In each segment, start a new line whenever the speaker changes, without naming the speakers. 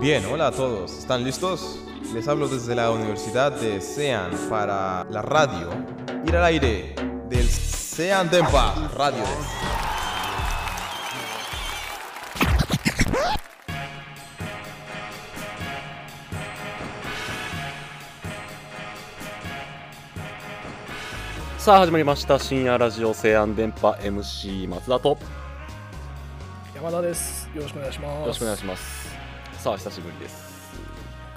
Bien, hola a todos. ¿Están listos? Les hablo desde la Universidad de Sean para la radio. Ir al aire del Sean Dempa Radio.
さあ始まりました深夜ラジオ西安電波 MC 松田とよ
山田です。よろしくお願いします。
ろしくお願いし
ま
ますさあ久しぶりです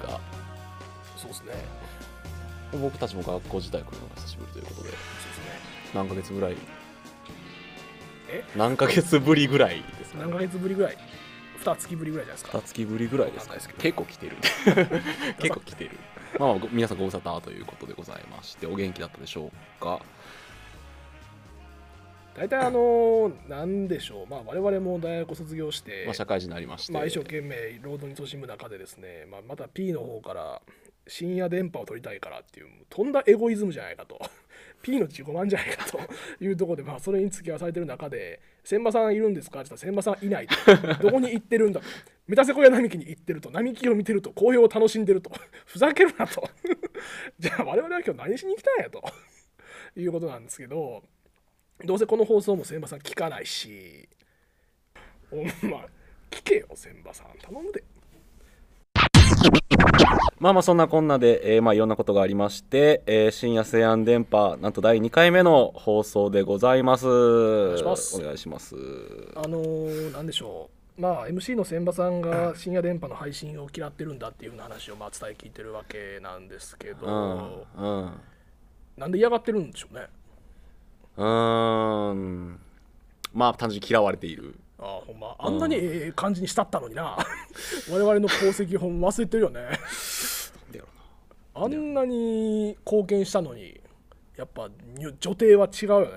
が
す。そうですね。
僕たちも学校自体来るのが久しぶりということで
そうですね。
何ヶ月ぐらい
え
何ヶ月ぶりぐらいですか
何ヶ月ぶりぐらい、二月ぶりぐらいじゃないです
二
か。
月ぶりぐらいですか
わかんない
結構来 てる結構来てるまあご皆さんご無沙汰ということでございましてお元気だったでしょうか
大体あのー、なんでしょう。まあ我々も大学を卒業して、
まあ社会人になりまして
まあ一生懸命労働に勤しむ中でですね、まあまた P の方から深夜電波を取りたいからっていうとんだエゴイズムじゃないかと。P の自己満じゃないかと いうところで、まあ、それに付き合わされてる中で「千葉さんいるんですか?」って言ったら「千葉さんいない」 と「どこに行ってるんだ」と「メタセコイア並木に行ってる」と「並木を見てる」と「紅葉を楽しんでる」と 「ふざけるな」と 「じゃあ我々は今日何しに来たんや」ということなんですけどどうせこの放送も千葉さん聞かないし ほんま聞けよ千葉さん頼むで
まあまあそんなこんなで、えーまあいろんなことがありまして、えー深夜西安電波なんと第2回目の放送でございますお願
いします
お願いします
あのー、なんでしょう、まあ、MC の千葉さんが深夜電波の配信を嫌ってるんだっていうふうな話をまあ伝え聞いてるわけなんですけど、
うんうんう
なんで嫌がってるんでしょうね。
ーんまあ単純に嫌われている
ああほんま、あんなにええ感じにしたったのにな、 我々の功績、ほんま忘れてるよね。
なんでやろう
あんなに貢献したのに、やっぱ女女帝は違うよね。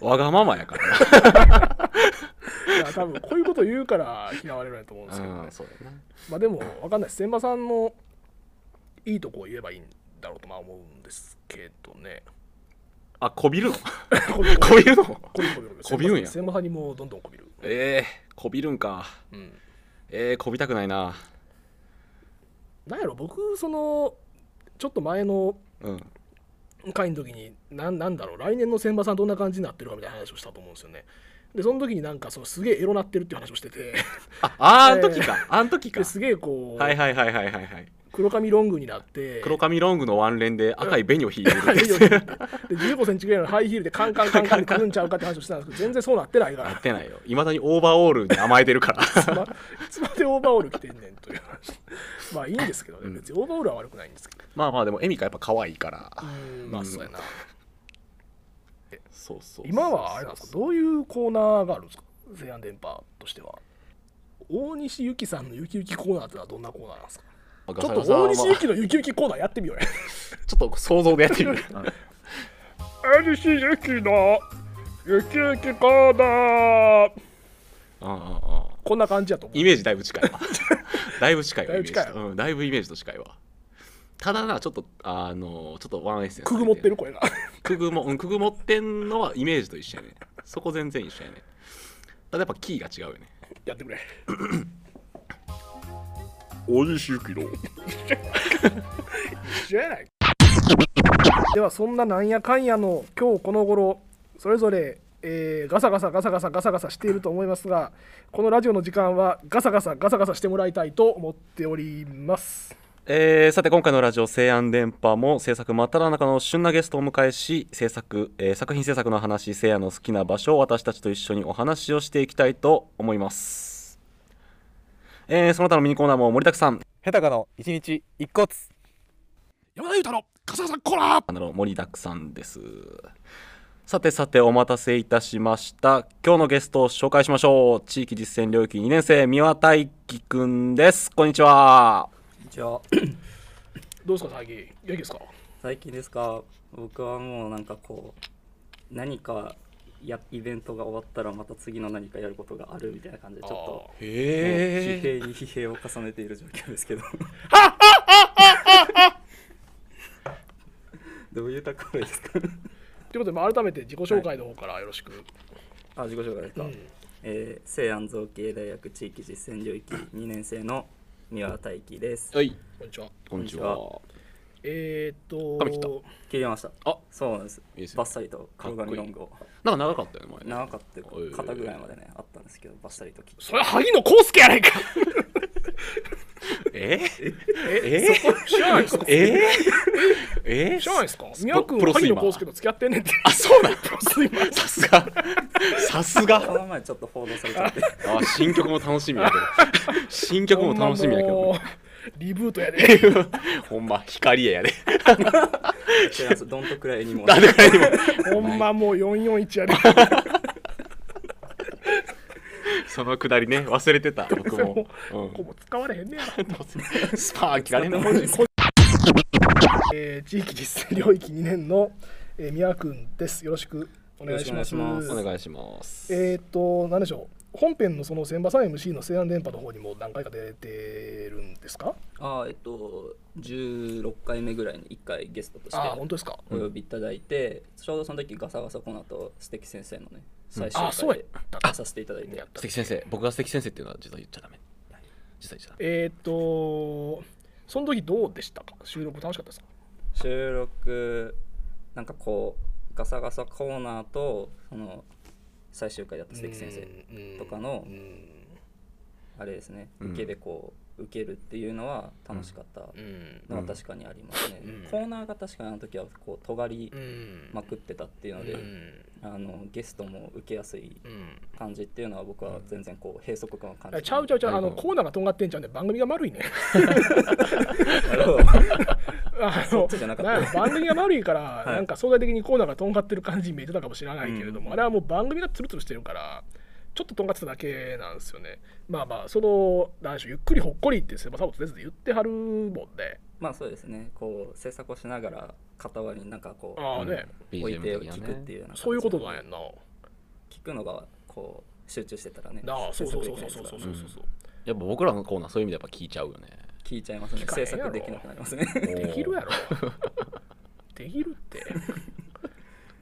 なわがままやから な
いや多分こういうこと言うから嫌われるんやと思うんですけどね
うん。そうだね
まあでもわかんないです千葉さんのいいとこを言えばいいんだろうとまあ思うんですけど ね。
あこ びるの
こびる
こびるの
こびるこびる
こびるんや
千葉さんにもうどんどんこびる。
えー、こびるんか
うん。
えー、こびたくないな
なんやろ僕そのちょっと前の
うん
会の時になんなんだろう来年の千葉さんどんな感じになってるかみたいな話をしたと思うんですよね。でその時になんかそのすげえエロなってるっていう話をしてて
ああーん時か、あん時か
ですげえこう、
はいはいはいはいはいはい
黒髪ロングになって
黒髪ロングのワンレンで赤い紅を引い てる
はいよで15センチぐらいのハイヒールでカンカンカンカンでくるんちゃうかって話をしてたんですけど全然そうなってないから
やってないよ。いまだにオーバーオールに甘えてるから。
つま いつまでオーバーオール着てんねんという話 まあいいんですけどね別にオーバーオールは悪くないんですけど
まあまあでもエミカやっぱ可愛いから。
まあそうやな
そうそうそう
今はあれなんですかどういうコーナーがあるんですか西安電波としては大西ゆきさんのゆきゆきコーナーってのはどんなコーナーなんですか
あ
ち
ガ
ょ
サ
っ
ガ
と
サは
大
まあ
西 ゆきのゆきゆきコーナーやってみようや
ちょっと想像でやってみる。
大西ゆきのゆきゆきコーナー
うんうんうん
こんな感じやと思う
イメージだいぶ近いわ。 だいぶ近いわ。
だいぶ近い
イメージとうんだいぶイメージと近いわ。ただな、ちょっと、あの、ちょっとワンエッセンス。
くぐもってる。声が
くぐも、うん、くぐもってんのはイメージと一緒やね。そこ全然一緒やね。ただやっぱキーが違うよね。
やってくれ
大西ゆきの。
知らないではそんななんやかんやの今日この頃それぞれ、えーガサガサガサガサガサガサしていると思いますがこのラジオの時間はガサガサガサガサしてもらいたいと思っております
えーさて今回のラジオ「西安電波」も制作真っ只中の旬なゲストをお迎えし制作、えー作品制作の話西安の好きな場所を私たちと一緒にお話をしていきたいと思います、えーその他のミニコーナーも盛りだくさん
ヘタカの一日一骨
山田裕太のガサガサコラ
あの盛りだくさんですさてさてお待たせいたしました今日のゲストを紹介しましょう地域実践領域2年生三輪大輝くんですこんにちは
じゃあ
どう ですか最近元気ですか
最近ですか僕はもうなんかこう何かやイベントが終わったらまた次の何かやることがあるみたいな感じでちょっとも
へえ
う疲弊に疲弊を重ねている状況ですけど どういうところですか
ということで、まあ、改めて自己紹介の方からよろしく、
あ自己紹介ですか、
うん
えー、西安造形大学地域実践領域2年生の三輪大輝です。
はい
こんにちは。
こんにち
こ
は
えー、っと、
髪切った
切りました。
あ
そうなんです。
いいですよ
バッサリと黒髪ロングを。
なんか長かったよね前ね
長かったよ
おいおいおい
肩ぐらいまでね、あったんですけど、バッサリと切って。
それは萩野公介やないか
え
えそこ知らないですか
えええ
知らないですか
プ
宮
ロ
君、
プロス
萩
イ
野
マー
公介と付き合ってんねんって。
あそうなん
プロスイマー
さすがさすが
この前ちょっと報道されちゃ って、
あ新曲も楽しみだけど新曲も楽しみだけど
ほんまもうリブートやで。
ほんま光栄やで
知らんすどんとくらいにも。
誰かにも
ほんまもう441やで。
そのくだりね忘れて た僕も、う
ここも使われへんねやろ。
ん、スパー切られんの
使っても
えー、地域実践領域2年の、えー、宮君です。よろしくお願いします。
よろしくお願いし
お願いします
えーっと、なんでしょう。本編のその千葉さん MC の西安連覇の方にも何回か出てるんですか
あーえっと、16回目ぐらいに1回ゲストとして
ああ、本当ですか。
お呼びいただいて、ちょうどその時ガサガサこの後、素敵先生のね、最
あー
終
そう
回
や
で出させていただいて
やっ、た
素敵先生僕が素敵先生っていうのは実は言っちゃダメ実は言っちゃダメ
えーっと、その時どうでしたか収録楽しかったですか
収録なんかこうガサガサコーナーとその最終回だった素敵先生
生
とかの
うん
あれですね
うん
受けでこう受けるっていうのは楽しかった
うん
のは確かにありますね、
うん
コーナーが確かにあの時はこう尖り
うん
まくってたっていうので、
うん
あのゲストも受けやすい
うん
感じっていうのは僕は全然こう閉塞感を感じ
ちゃうちゃうちゃう、あ
な
の
るほど
コーナーがとんがってんちゃうんで、番組が丸い ね。
う
あ
そっちじゃなかった
なんやろ番組が丸い から、
い
なんか相対的にコーナーがとんがってる感じに見えてたかもしれないけれども、
うん
あれはもう番組がツルツルしてるから、ちょっととんがってただけなんですよね。まあまあ、その、なんでしょう、ゆっくりほっこりって、セバサボとず言ってはるもんで、
まあそうですねこう制作をしながら傍りになんかこ
ああね、
う置い
BGM
て
的な
聞くっていう
ね
ような感じ
そういうことなんやんな。
聞くのがこう集中してたらね
なあ、そうそう
制
そう
作
そ
で
う
き
そ
な
う
いです
そう
から
そう
やっぱ僕らのコーナーそういう意味でやっぱ聞いちゃうよね
聞いちゃいますね
聞かへん
制
やろ
作できなくなりますね
できるやろ。できるって。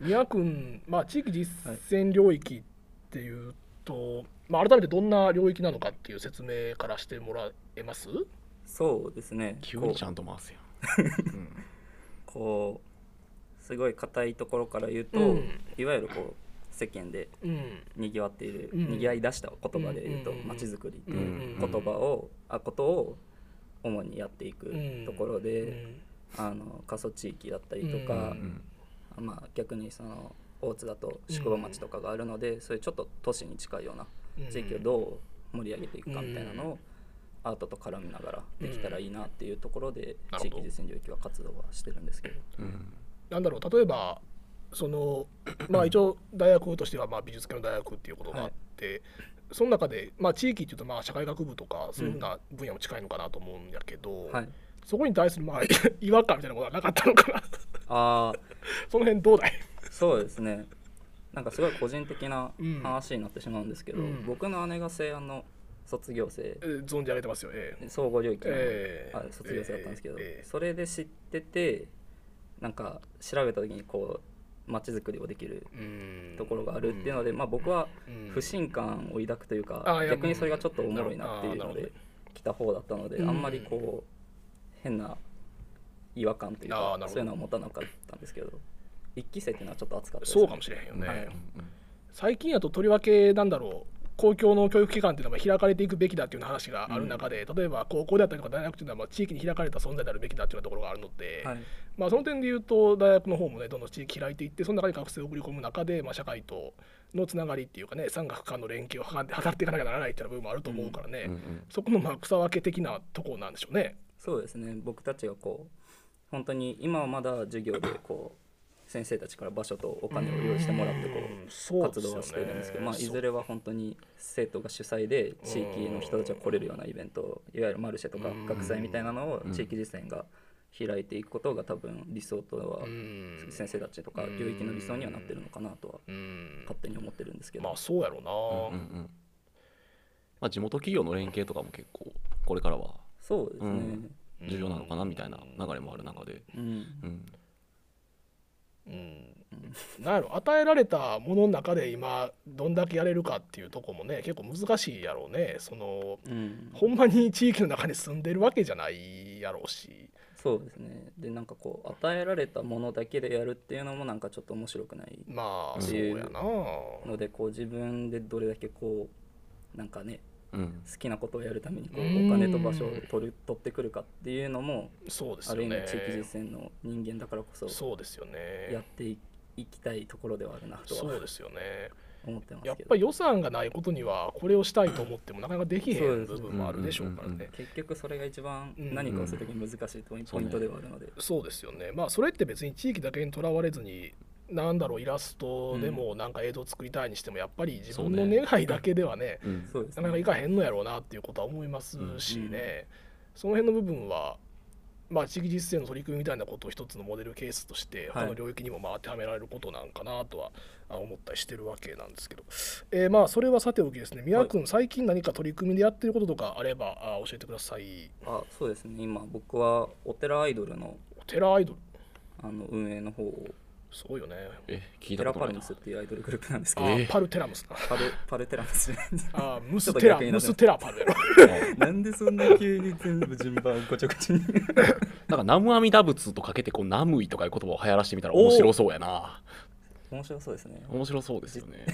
宮君、まあ、地域実践領域っていうと、まあ、改めてどんな領域なのかっていう説明からしてもらえます
そうですね
急にちゃんと回すよ、うん
こうすごい硬いところから言うと、
うん
いわゆるこう世間で
うん。
にぎわっている、
うん
にぎわい出した言葉で言うと
うんうんうん
まちづくりって
う
いうん言葉を、あことを主にやっていくところで、
うん
あの過疎地域だったりとか、
うん
まあ、逆にその大津だと宿場町とかがあるので、そういうちょっと都市に近いような地域をどう盛り上げていくかみたいなのをアートと絡みながらできたらいいなっていうところで
なるほど
地域実践領域は活動はしてるんですけど
うん
なんだろう例えばそのま あ一応大学としてはまあ美術系の大学っていうことがあって、その中でまあ地域っていうとまあ社会学部とかそういうふうな分野も近いのかなと思うんやけど、
はい
そこに対するまあ 違和感みたいなことはなかったのかな
ああ
その辺どうだい
そうですねなんかすごい個人的な
うん
話になってしまうんですけど、
うん
僕の姉が西安の卒業生
えー存じ上げてますよええ
総合領域の、
ええ
あ卒業生だったんですけど、
ええ
それで知っててなんか調べた時にこう街づくりをできる
うん
ところがあるっていうので、まあ、僕は
うん
不信感を抱くというか、
あいや
逆にそれがちょっとおもろいなってい
な
う
る
の
ほど
で来た方だったので、
うん
あんまりこう変な違和感という
あ
か
ーなるほど
そういうのは持たなかったんですけど一期生っていうのはちょっと熱かったです
そうかもしれへんよね、
はい
最近やととりわけなんだろう公共の教育機関っていうのは開かれていくべきだっていうような話がある中で、例えば高校であったりとか大学っていうのはまあ地域に開かれた存在であるべきだっていうようなところがあるので、
はい
まあ、その点で言うと大学の方もねどんどん地域開いていってその中に学生を送り込む中で、まあ、社会とのつながりっていうかね産学官の連携を図って 働いていかなきゃならないっていうような部分もあると思うからね、そこのまあ草分け的なとこなんでしょうね。
そうですね僕たちがこう本当に今はまだ授業でこう先生たちから場所とお金を用意してもらってこう
そう
活動はしてるんですけど、まあ、いずれは本当に生徒が主催で地域の人たちが来れるようなイベントいわゆるマルシェとか学祭みたいなのを地域実践が開いていくことが多分理想とは
うん
先生たちとか領域の理想にはなってるのかなとは
うん
勝手に思ってるんですけ
まあ
ど
そうやろうな、
うんうんまあ、地元企業の連携とかも結構これからは
そうです
う
ね
ん重要なのかなみたいな流れもある中で、
うん
うん
うんなんやろ与えられたものの中で今どんだけやれるかっていうとこもね結構難しいやろうねその
うん、
ほんまに地域の中に住んでるわけじゃないやろうし
そうですねでなんかこう与えられたものだけでやるっていうのもなんかちょっと面白くない
まあ
っ
そ
て
う
いう
やな
のでこう自分でどれだけこうなんかね
うん
好きなことをやるためにこうお
うん
金と場所を取る取ってくるかっていうのも
そうで
あ
す
る
よ
意
ね
味地域実践の人間だからこそ
そうですよ
やっ
ね
ていいきたいところではあるなと
そう
は
ですよね
思ってます
やっ
けど
ぱり予算がないことにはこれをしたいと思ってもなかなかできへ
そうんです
部
ね
分もあるでしょうからね
結局それが一番
うん
何かをするときに難しいポインポイントではあるので、
そうですよねまあそれって別に地域だけにとらわれずになんだろうイラストでもなんか映像作りたいにしてもやっぱり自分の
そうね
願いだけではね
うん
そうです
なかなかいかへんのやろうなっていうことは思いますしね、
うん
その辺の部分はまあ地域実践の取り組みみたいなことを一つのモデルケースとして
は
他
い
の領域にもまあ当てはめられることなんかなとはあ思ったりしてるわけなんですけど、えーまあそれはさておきですね宮君、最近何か取り組みでやってることとかあればあ教えてください
あそうですね今僕はお寺アイドルの
お寺アイドル
あの運営の方を
すごいよね
え聞い
テ
た
ラ
こと
パ
な
ル
いな
ムスっていうアイドルグループなんですけ
あ
ど、
ーパルテラムスな
パルパルテラムス
あームステラムステラパルやろ
なんでそんな急に全部順番ごちゃごちゃに
なんかナムアミダ仏とかけてこうナムイとかいう言葉を流行らしてみたら面白そうやな
面白そうですね
面白そうですよね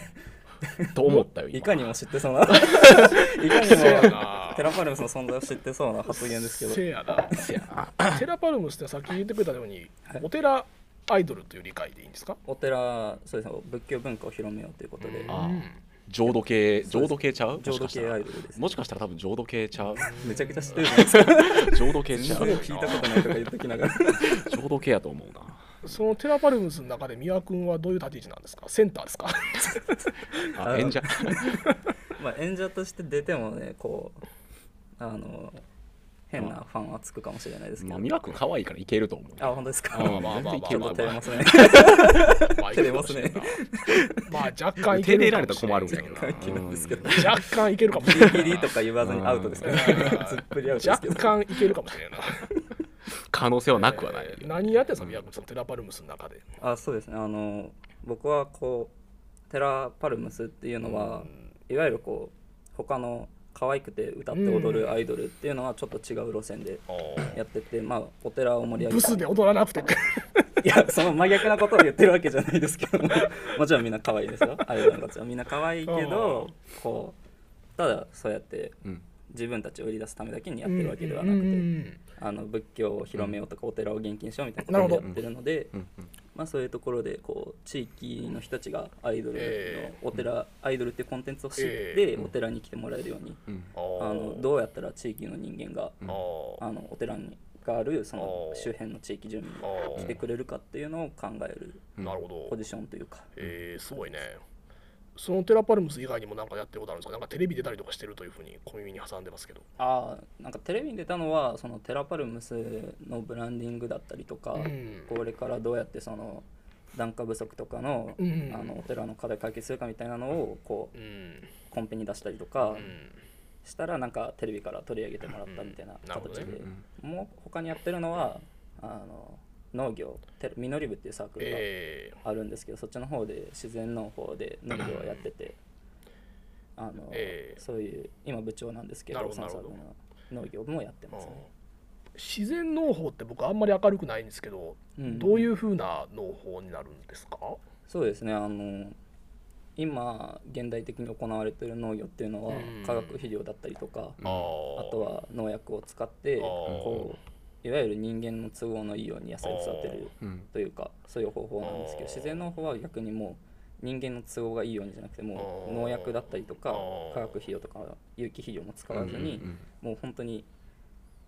と思ったよ今
いかにも知っ てそうないかにも
せやな
テラパルムスの存在を知ってそうな発言ですけ
せやな
せやな
テラパルムスってさっき言ってくれたように、
はい
お寺アイドルという理解でいいんですか
どお寺そうですね仏教文化を広めようということで
あ浄土系浄土系ちゃう
浄土系アイ
ル
ドルです
もしかしたら多分浄土系ちゃう
めちゃくちゃ知ってるじゃないですか
浄土系ちゃ
す
う
ごい聞いたことないとか言っときながら
浄土系やと思うな
そのテラパルムスの中で宮君はどういう立ち位置なんですかセンターですか
あ
あ
演者
まあ演者として出てもねこうあの変なファンはつくかもしれないですけ
ま
ど
あ美和君可愛いからいけると思う
あ本当ですか
まあま
あまあまあまあ
ちょっ と照れますね
照
照れれたら困るんやけどな
まあ若干いけるからもしれない
関係ないですけど
若干いけるかもしれ
ギ
な
リ
い
ギリとか言わずにアウトですけど ねずっぷりアウトですけ
若干
ど
いけるかもしれないな
可能性はなくはない
えー何やってんすか宮君そのテラパルムスの中で
あそうですねあの僕はこうテラパルムスっていうのは、いわゆるこう他の可愛くて歌って踊るアイドルっていうのはちょっと違う路線でやってて、まあお寺を盛り上
ブ
げて
スで踊らなく て
いやその真逆なことを言ってるわけじゃないですけども もちろんみんな可愛いですよアイドルたちはみんな可愛いけどこうただそうやって
うん
自分たちを売り出すためだけにや
や
ってるわけではなくてあの仏教を広めようとかお寺を現金しようみたいなことをやってるので。
うん
まあ、そういうところでこう地域の人たちがアイドル
え
のお寺、アイドルっていうコンテンツを知って、
え
お寺に来てもらえるように、
うん
あのどうやったら地域の人間が、あのお寺にがあるその
あー
周辺の地域住民が来てくれるかっていうのを考える
なるほど
ポジションというか、
えー、すごいね。そのテラパルムス以外にも何かやってることあるんですかなんかテレビ出たりとかしてるというふうに小耳に挟んでますけど。
ああなんかテレビに出たのはそのテラパルムスのブランディングだったりとか、
ん
これからどうやってその檀家不足とかの,、
うん
あのお寺の課題解決するかみたいなのをこう
うん。
コンペに出したりとか。
うん
したらなんかテレビから取り上げてもらったみたいな
うんなるほ
形
どね
で、もう他にやってるのはあの農業て実り部っていうサークル
え
があるんですけど、そっちの方で自然農法で農業をやっててあの、
ええ
そういう今部長なんですけど
なるほど
そのサークルの農業もやって
ー
ますね。
自然農法って僕あんまり明るくないんですけど、
うん
どういうふうな農法になるんですか
そうですねあの今現代的に行われてる農業っていうのは、
うん
化学肥料だったりとか、
あ
あ
あ
とは農薬を使って
あー
こういわゆる人間の都合のいいように野菜を育てる
うん
というかそういう方法なんですけど
あー
自然農法は逆にもう人間の都合がいいようにじゃなくても
あ
う
ー
農薬だったりとか
あー
化学肥料とか有機肥料も使わずに
うんうん
もう本当に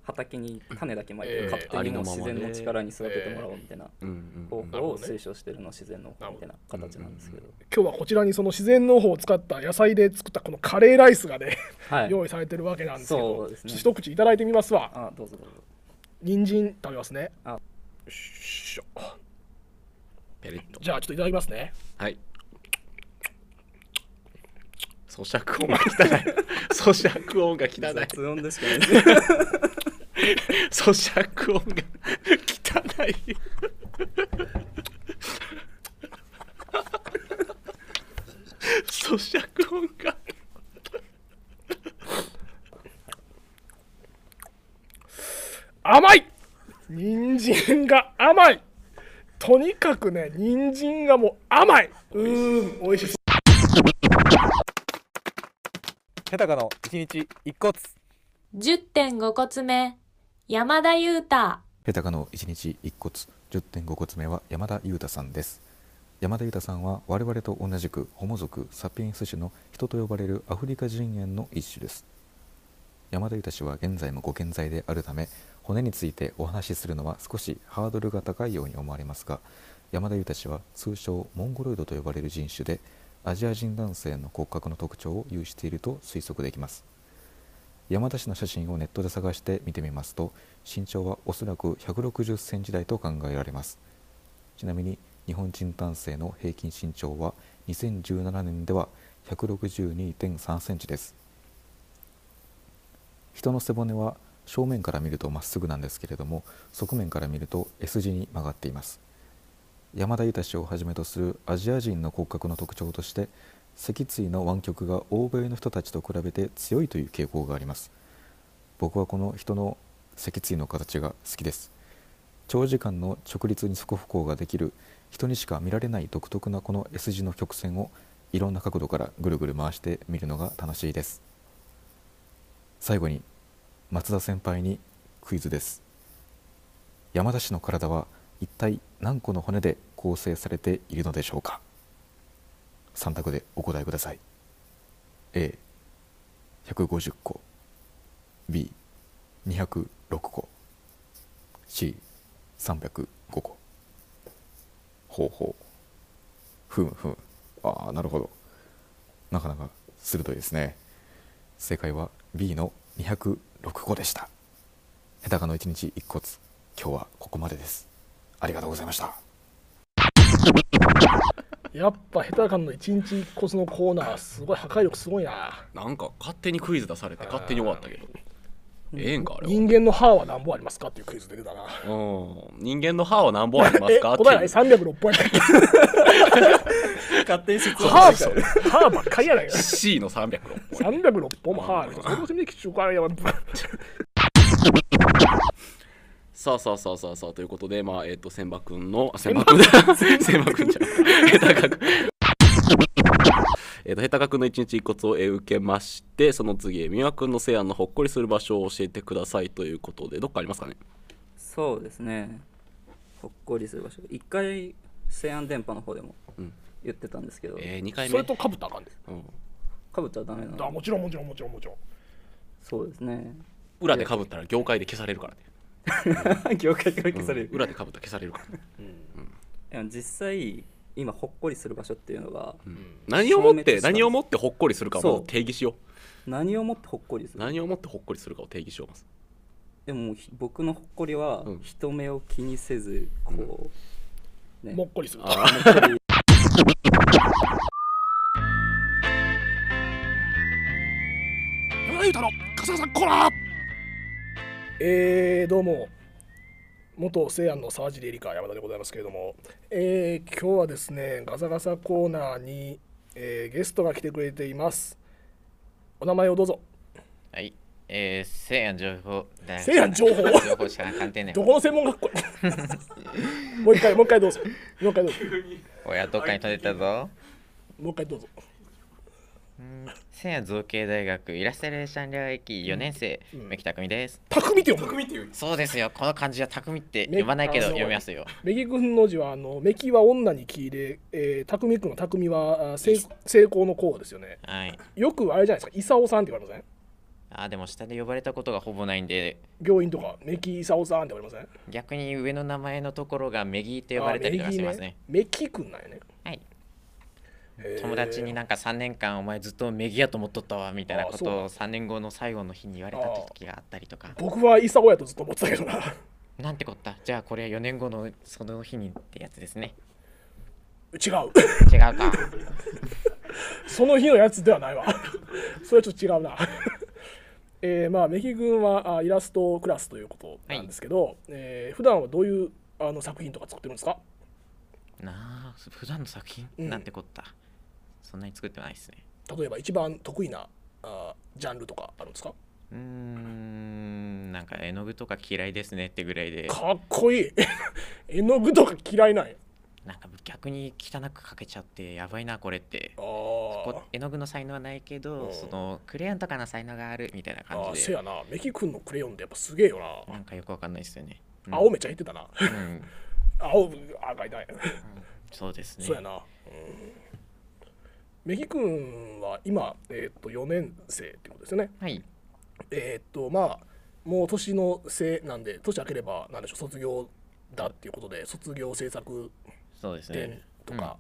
畑に種だけまい
え
て
え
勝手にもう
ありのま
自
まね
然の力に育ててもらおうみたいな
うんうん
方
なる
法
ほ
を
どね
推奨してるのは自然農法みたいな形なんですけど
今日はこちらにその自然農法を使った野菜で作ったこのカレーライスがね、
はい
用意されてるわけなんですけ
そ
ど
うですね
ちょっと一口いただいてみますわ
あどうぞどうぞ
人参食べますね
あ
よいしょ
ペリッと
じゃあちょっといただきますね
はい咀嚼音が汚い 咀嚼音が汚い
雑音でしかないです
咀嚼音が汚い咀嚼音が
甘い人参が甘いとにかくね人参がもう甘いうーん美味しそ
ペタカの一日一骨
10.5骨目山田裕太
ペタカの1日1骨10.5骨目は山田裕太さんです山田裕太さんは我々と同じくホモ族サピエンス種の人と呼ばれるアフリカ人猿の一種です山田裕太氏は現在もご健在であるため骨についてお話しするのは少しハードルが高いように思われますが山田裕太氏は通称モンゴロイドと呼ばれる人種でアジア人男性の骨格の特徴を有していると推測できます山田氏の写真をネットで探して見てみますと身長はおそらく160センチ台と考えられますちなみに日本人男性の平均身長は2017年では162.3センチです人の背骨は正面から見るとまっすぐなんですけれども側面から見ると S 字に曲がっています山田裕太氏をはじめとするアジア人の骨格の特徴として脊椎の湾曲が欧米の人たちと比べて強いという傾向があります僕はこの人の脊椎の形が好きです長時間の直立に側歩行ができる人にしか見られない独特なこの S 字の曲線をいろんな角度からぐるぐる回して見るのが楽しいです最後に松田先輩にクイズです山田氏の体は一体何個の骨で構成されているのでしょうか3択でお答えください A150 個 B206 個 C305 個ほうほうふむふむああなるほどなかなか鋭いですね正解は B の206個でした下手かの1日1骨今日はここまでですありがとうございました
うやっぱ下手感の一日一骨のコーナーすごい破壊力すごいな
なんか勝手にクイズ出されて勝手に終わったけどええんかあれは
人間の歯は何本ありますかっていうクイズ出てたな
うん人間の歯は何本あります
え
かって
答えない
いう
306本や ないか
勝手に説
歯ばっかり歯ばっかりやないか
C の306本
306本も歯あるそれを攻めてきちゅうからやわ
さあさあさあさあさあということでまあえっ、と千葉くんのあ千葉くんだ千葉くんじゃんヘタカくんえっとヘタカくんの一日一骨をえー受けましてその次美和くんの西安のほっこりする場所を教えてくださいということでどっかありますかね
そうですねほっこりする場所一回西安電波の方でも
うん
言ってたんですけど、
えー、2回
そ
目
れとかぶったらあかんで
うん、
かぶっちゃダメな
あ
の
もちろんもちろんもちろんもちろん
そうですね
裏でかぶったら業界で消されるからね、
業界か
う
ら
ん
消される、
裏でかぶったら消されるからね、
いや実際今ほっこりする場所っていうのが、
何をもっ
消滅
て
した
何をもってほっこりするか
そ
を
う
定義しよ
何をもってほっこりす
う
る
何をもってほっこりするかを定義しようます
でもひ僕のほっこりは、
うん
人目を気にせずこう、ね
もっこりする
あ
ほっこり
山田裕太の笠原さんコーナーえー、どうも元西安の沢尻エリカ山田でございますけれども、えー、今日はですねガサガサコーナーに、えーゲストが来てくれていますお名前をどうぞ
はい。えー、西安情報。
西安情報
情報者鑑定ね
ど。この専門学校もう一回もう一回どうぞもう一回どうぞ
親とかに取れたぞ。
もう一回どうぞ
西安造形大学イラストレーション領域4年生、メキタクミです。
匠って読む
そうですよ。この漢字は匠って呼ばないけど読みますよ。
メキ君の字はあのメキは女に木で、えー、匠君の匠はあ成成功の功ですよね
はい。
よくあれじゃないですか功さんって言われません
あー、でも下で呼ばれたことがほぼないんで、
病院とか、メキイサオさんって言われません
逆に上の名前のところがメギって呼ばれたりと
あ
か
メ
し
ギ
ますね。
メキくんなんやね。
はい。
へー
友達になんか3年間お前ずっとメギやと思っとったわみたいなこ
あーそう
とを3年後の最後の日に言われた時があったりとか。
僕はイサオやとずっと思ってたけどな。違
なんてこった。じゃあこれは4年後のその日にってやつですね。
う。
違うか。
その日のやつではないわ。 それはちょっと違うな。 えー、まあ、メキ君はあイラストクラスということなんですけど、えー普段はどういうあの作品とか作ってるんですか
なあ、普段の作品、
うん
なんてこった。そんなに作ってないですね
例えば一番得意なあージャンルとかあるんですか
うーんなんか絵の具とか嫌いですねってぐらいで
かっこい い絵の具とか嫌いなんや
なんか逆に汚く描けちゃってやばいなこれって
あ
こ絵の具の才能はないけ
う
ど
ん
そのクレヨンとかの才能があるみたいな
ーあ
感
ー
じ
せ
で
やなメキ君のクレヨンってやっぱすげえよな、
なんかよくわかんないですよね、うん
青めちゃ減ってたな
うん
青赤いだよ
そうですね
そうやな、うん、メキ君は今、えー、と4年生ってことですよね
はい
えーっとまあもう年のせいなんで年明ければなんでしょう卒業だっていうことで卒業制作
そうです
展
ね
とか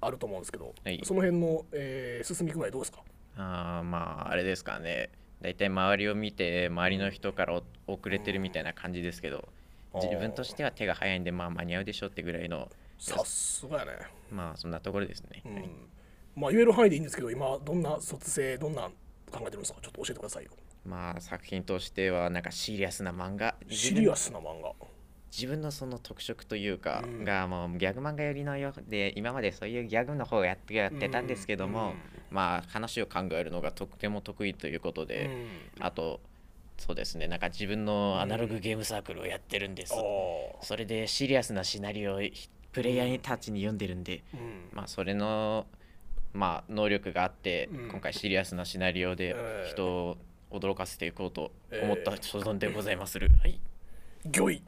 あると思うんですけど、
はい
その辺の、えー進み具合どうですか
あーまああれですかね大体周りを見て周りの人からお遅れてるみたいな感じですけど
あー
自分としては手が早いんでまあ間に合うでしょうってぐらいの
さすがやね、
まあそんなところですね、
うん
はい
まあ言える範囲でいいんですけど今どんな卒生どんなん考えてるんですかちょっと教えてくださいよ
まあ作品としてはなんかシリアスな漫画自
シ
分
リアスな漫画
自分のその特色というか、
うん
がもうギャグ漫画寄りのようで今までそういうギャグの方をやってやってたんですけども、まあ話を考えるのがとっても得意ということ
うん、う
で、
ん
あとそうですねなんか自分のアナログゲームサークルをやってるんです、
あー
それでシリアスなシナリオをプレイヤーたちに読んでるんで、
うん
まあそれのまあ能力があって、
うん
今回シリアスなシナリオで
ええ
人を驚かせていこうと思った
ええ
所存でございまする、はい
御意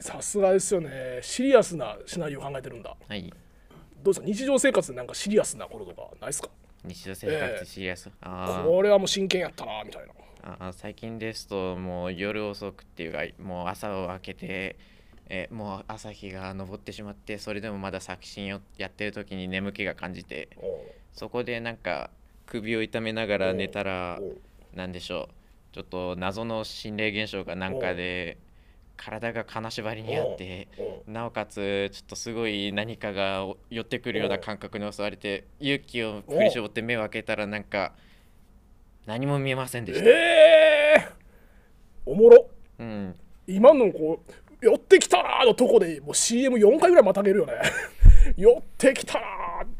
さすがですよねシリアスなシナリオ考えてるんだ
はい
どうですか日常生活でなんかシリアスなこととかないですか
日常生
ええ
活シリアス、あー
これはもう真剣やったなみたいな
あー最近ですともう夜遅くっていうかもう朝を明けてえもう朝日が昇ってしまってそれでもまだ作品をやってる時に眠気が感じて
おう
そこでなんか首を痛めながら寝たら
おう
なんでしょうちょっと謎の心霊現象かなんかで体が金縛りにあって
おう
なおかつちょっとすごい何かがお寄ってくるような感覚に襲われて勇気を振り絞って目を開けたらなんか何も見えませんでした。
ええおもろ
うん、
今のこう寄ってきたなーのとこでもう CM4 回ぐらいまたげるよね 寄ってきたな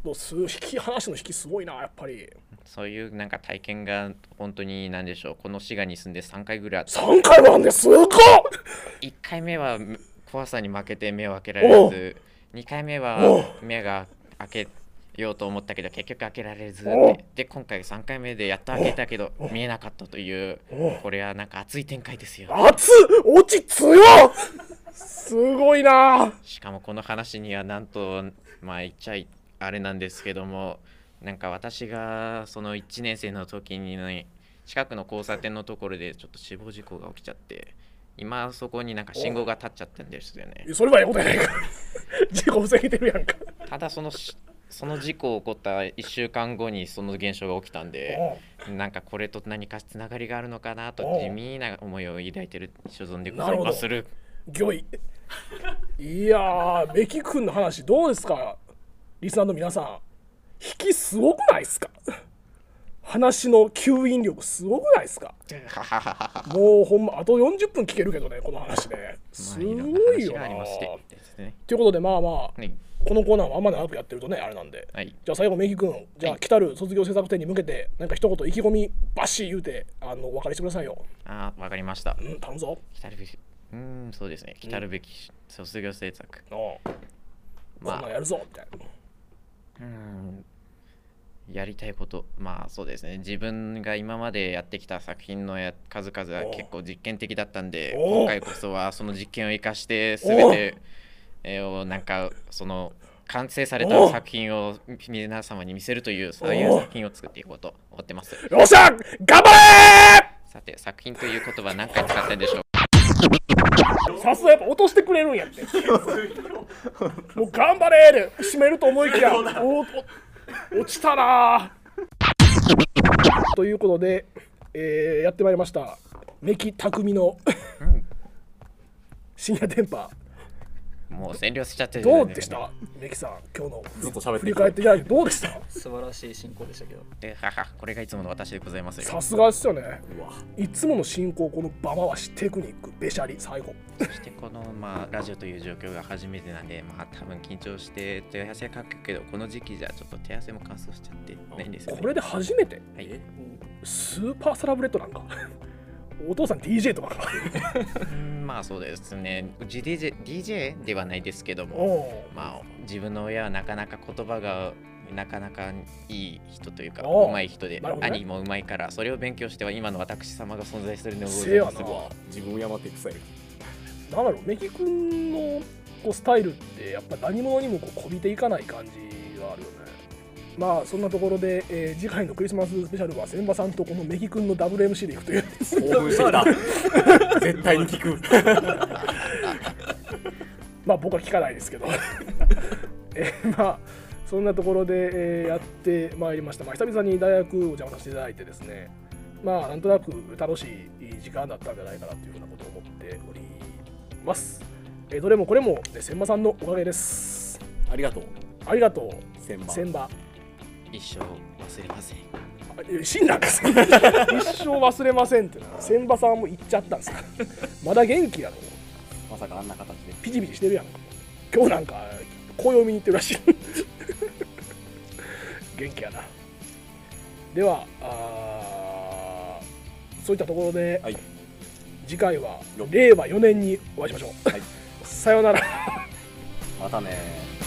ーの数匹話の引きすごいなやっぱり
そういうなんか体験が本当に何でしょうこの滋賀に住んで3回ぐらいあって
3回もあんですごっ
1回目はむ怖さに負けて目を開けられず2回目は目が開けようと思ったけど結局開けられずってで今回3回目でやっと開けたけど見えなかったというこれはなんか熱い展開ですよ
熱っ落ち強っすごいなー
しかもこの話にはなんとまあ言っちゃいあれなんですけどもなんか私がその1年生の時にね近くの交差点のところでちょっと死亡事故が起きちゃって今そこになんか信号が立っちゃったんですよね
それはええことやないか 事故防げてるやんか
ただそのしその事故起こった1週間後にその現象が起きたんでなんかこれと何かつながりがあるのかなと
おう
地味な思いを抱いてる所存でご
な
ざ
る
い
ほど
まする
御意いやーメキ君の話どうですかリスナーの皆さん引きすごくないですか話の吸引力すごくないですかもうほんまあと40分聞けるけどねこの話ねすごいよ
まあ
な
ろんな話がありまして
と
ですね
いうことでまあまあ
はい
このコーナーはあんま長くやってるとねあれなんで
はい
じゃあ最後メキ君じゃあ来たる卒業制作展に向けてなんか一言意気込みバシ言うてあのお別れしてくださいよ
あーわかりました
うん頼むぞ
来るべきうーんそうですね来たるべき卒業制作
おうこんな
ま
ん
あ
やるぞみたいな
うーんやりたいことまあそうですね自分が今までやってきた作品のや数々は結構実験的だったんで
お
今回こそはその実験を生かして全てえーをなんかその完成された作品を皆様に見せるというそういう作品を作っていこうと思ってます
よっしゃ頑張れー
さて作品という言葉何回使ってんでしょう
さすがやっぱ落としてくれる んやって。もう頑張れで締めると思いきや、おお落ちたなーということで、えーやってまいりました。メキ匠の深夜電波
もう占領しちゃってる
どうでしたメキさん、今日の
ずっと喋って
振り返っていただいてどう でした
素晴らしい進行でしたけど
でははこれがいつもの私でございますよ
さすがですよね。いつもの進行、この場回し、テクニック、べしゃり、最後。
そしてこの、まあ、ラジオという状況が初めてなんで、まあ、多分緊張して手汗かくけど、この時期じゃちょっと手汗も乾燥しちゃってないんですよ、ね。
これで初めて
はい、
スーパーサラブレッドなんか。 お父さん DJ とかか。
うん まあそうですね。うち DJ, DJ ではないですけど
お
も、
お
まあ自分の親はなかなか言葉がなかなかいい人というか、
おう
うまい人で、
なるほどね
兄もうまいから、それを勉強しては今の私様が存在するのでご
せ
ざい
や
ま
な。
す
なんだ。ろ
自分を山っていくスタイル
う、メキ君のこうスタイルって、やっぱ何者にもこうこびていかない感じがあるよね。まあそんなところで、えー次回のクリスマススペシャルは千葉さんとこのメキ君の WMC でいくという
興奮してきた絶対に聞く
まあ僕は聞かないですけど えーまあそんなところで、えーやってまいりました、まあ、久々に大学お邪魔させていただいてですねまあなんとなく楽しい時間だったんじゃないかなというふうなことを思っております、えーどれもこれも、ね、千葉さんのおかげです
ありがとう
ありがと
千
う
葉
千葉
一生忘れません。
あえ死んだんか一生忘れませんってな千葉さんも行っちゃったんですかまだ元気やろ
まさかあんな形で
ピチピチしてるやん今日なんか紅葉見に行ってるらしい 元気やなではあーそういったところで、
はい
次回は
よ
令和4年にお会いしましょう、
はい
さようなら
またねー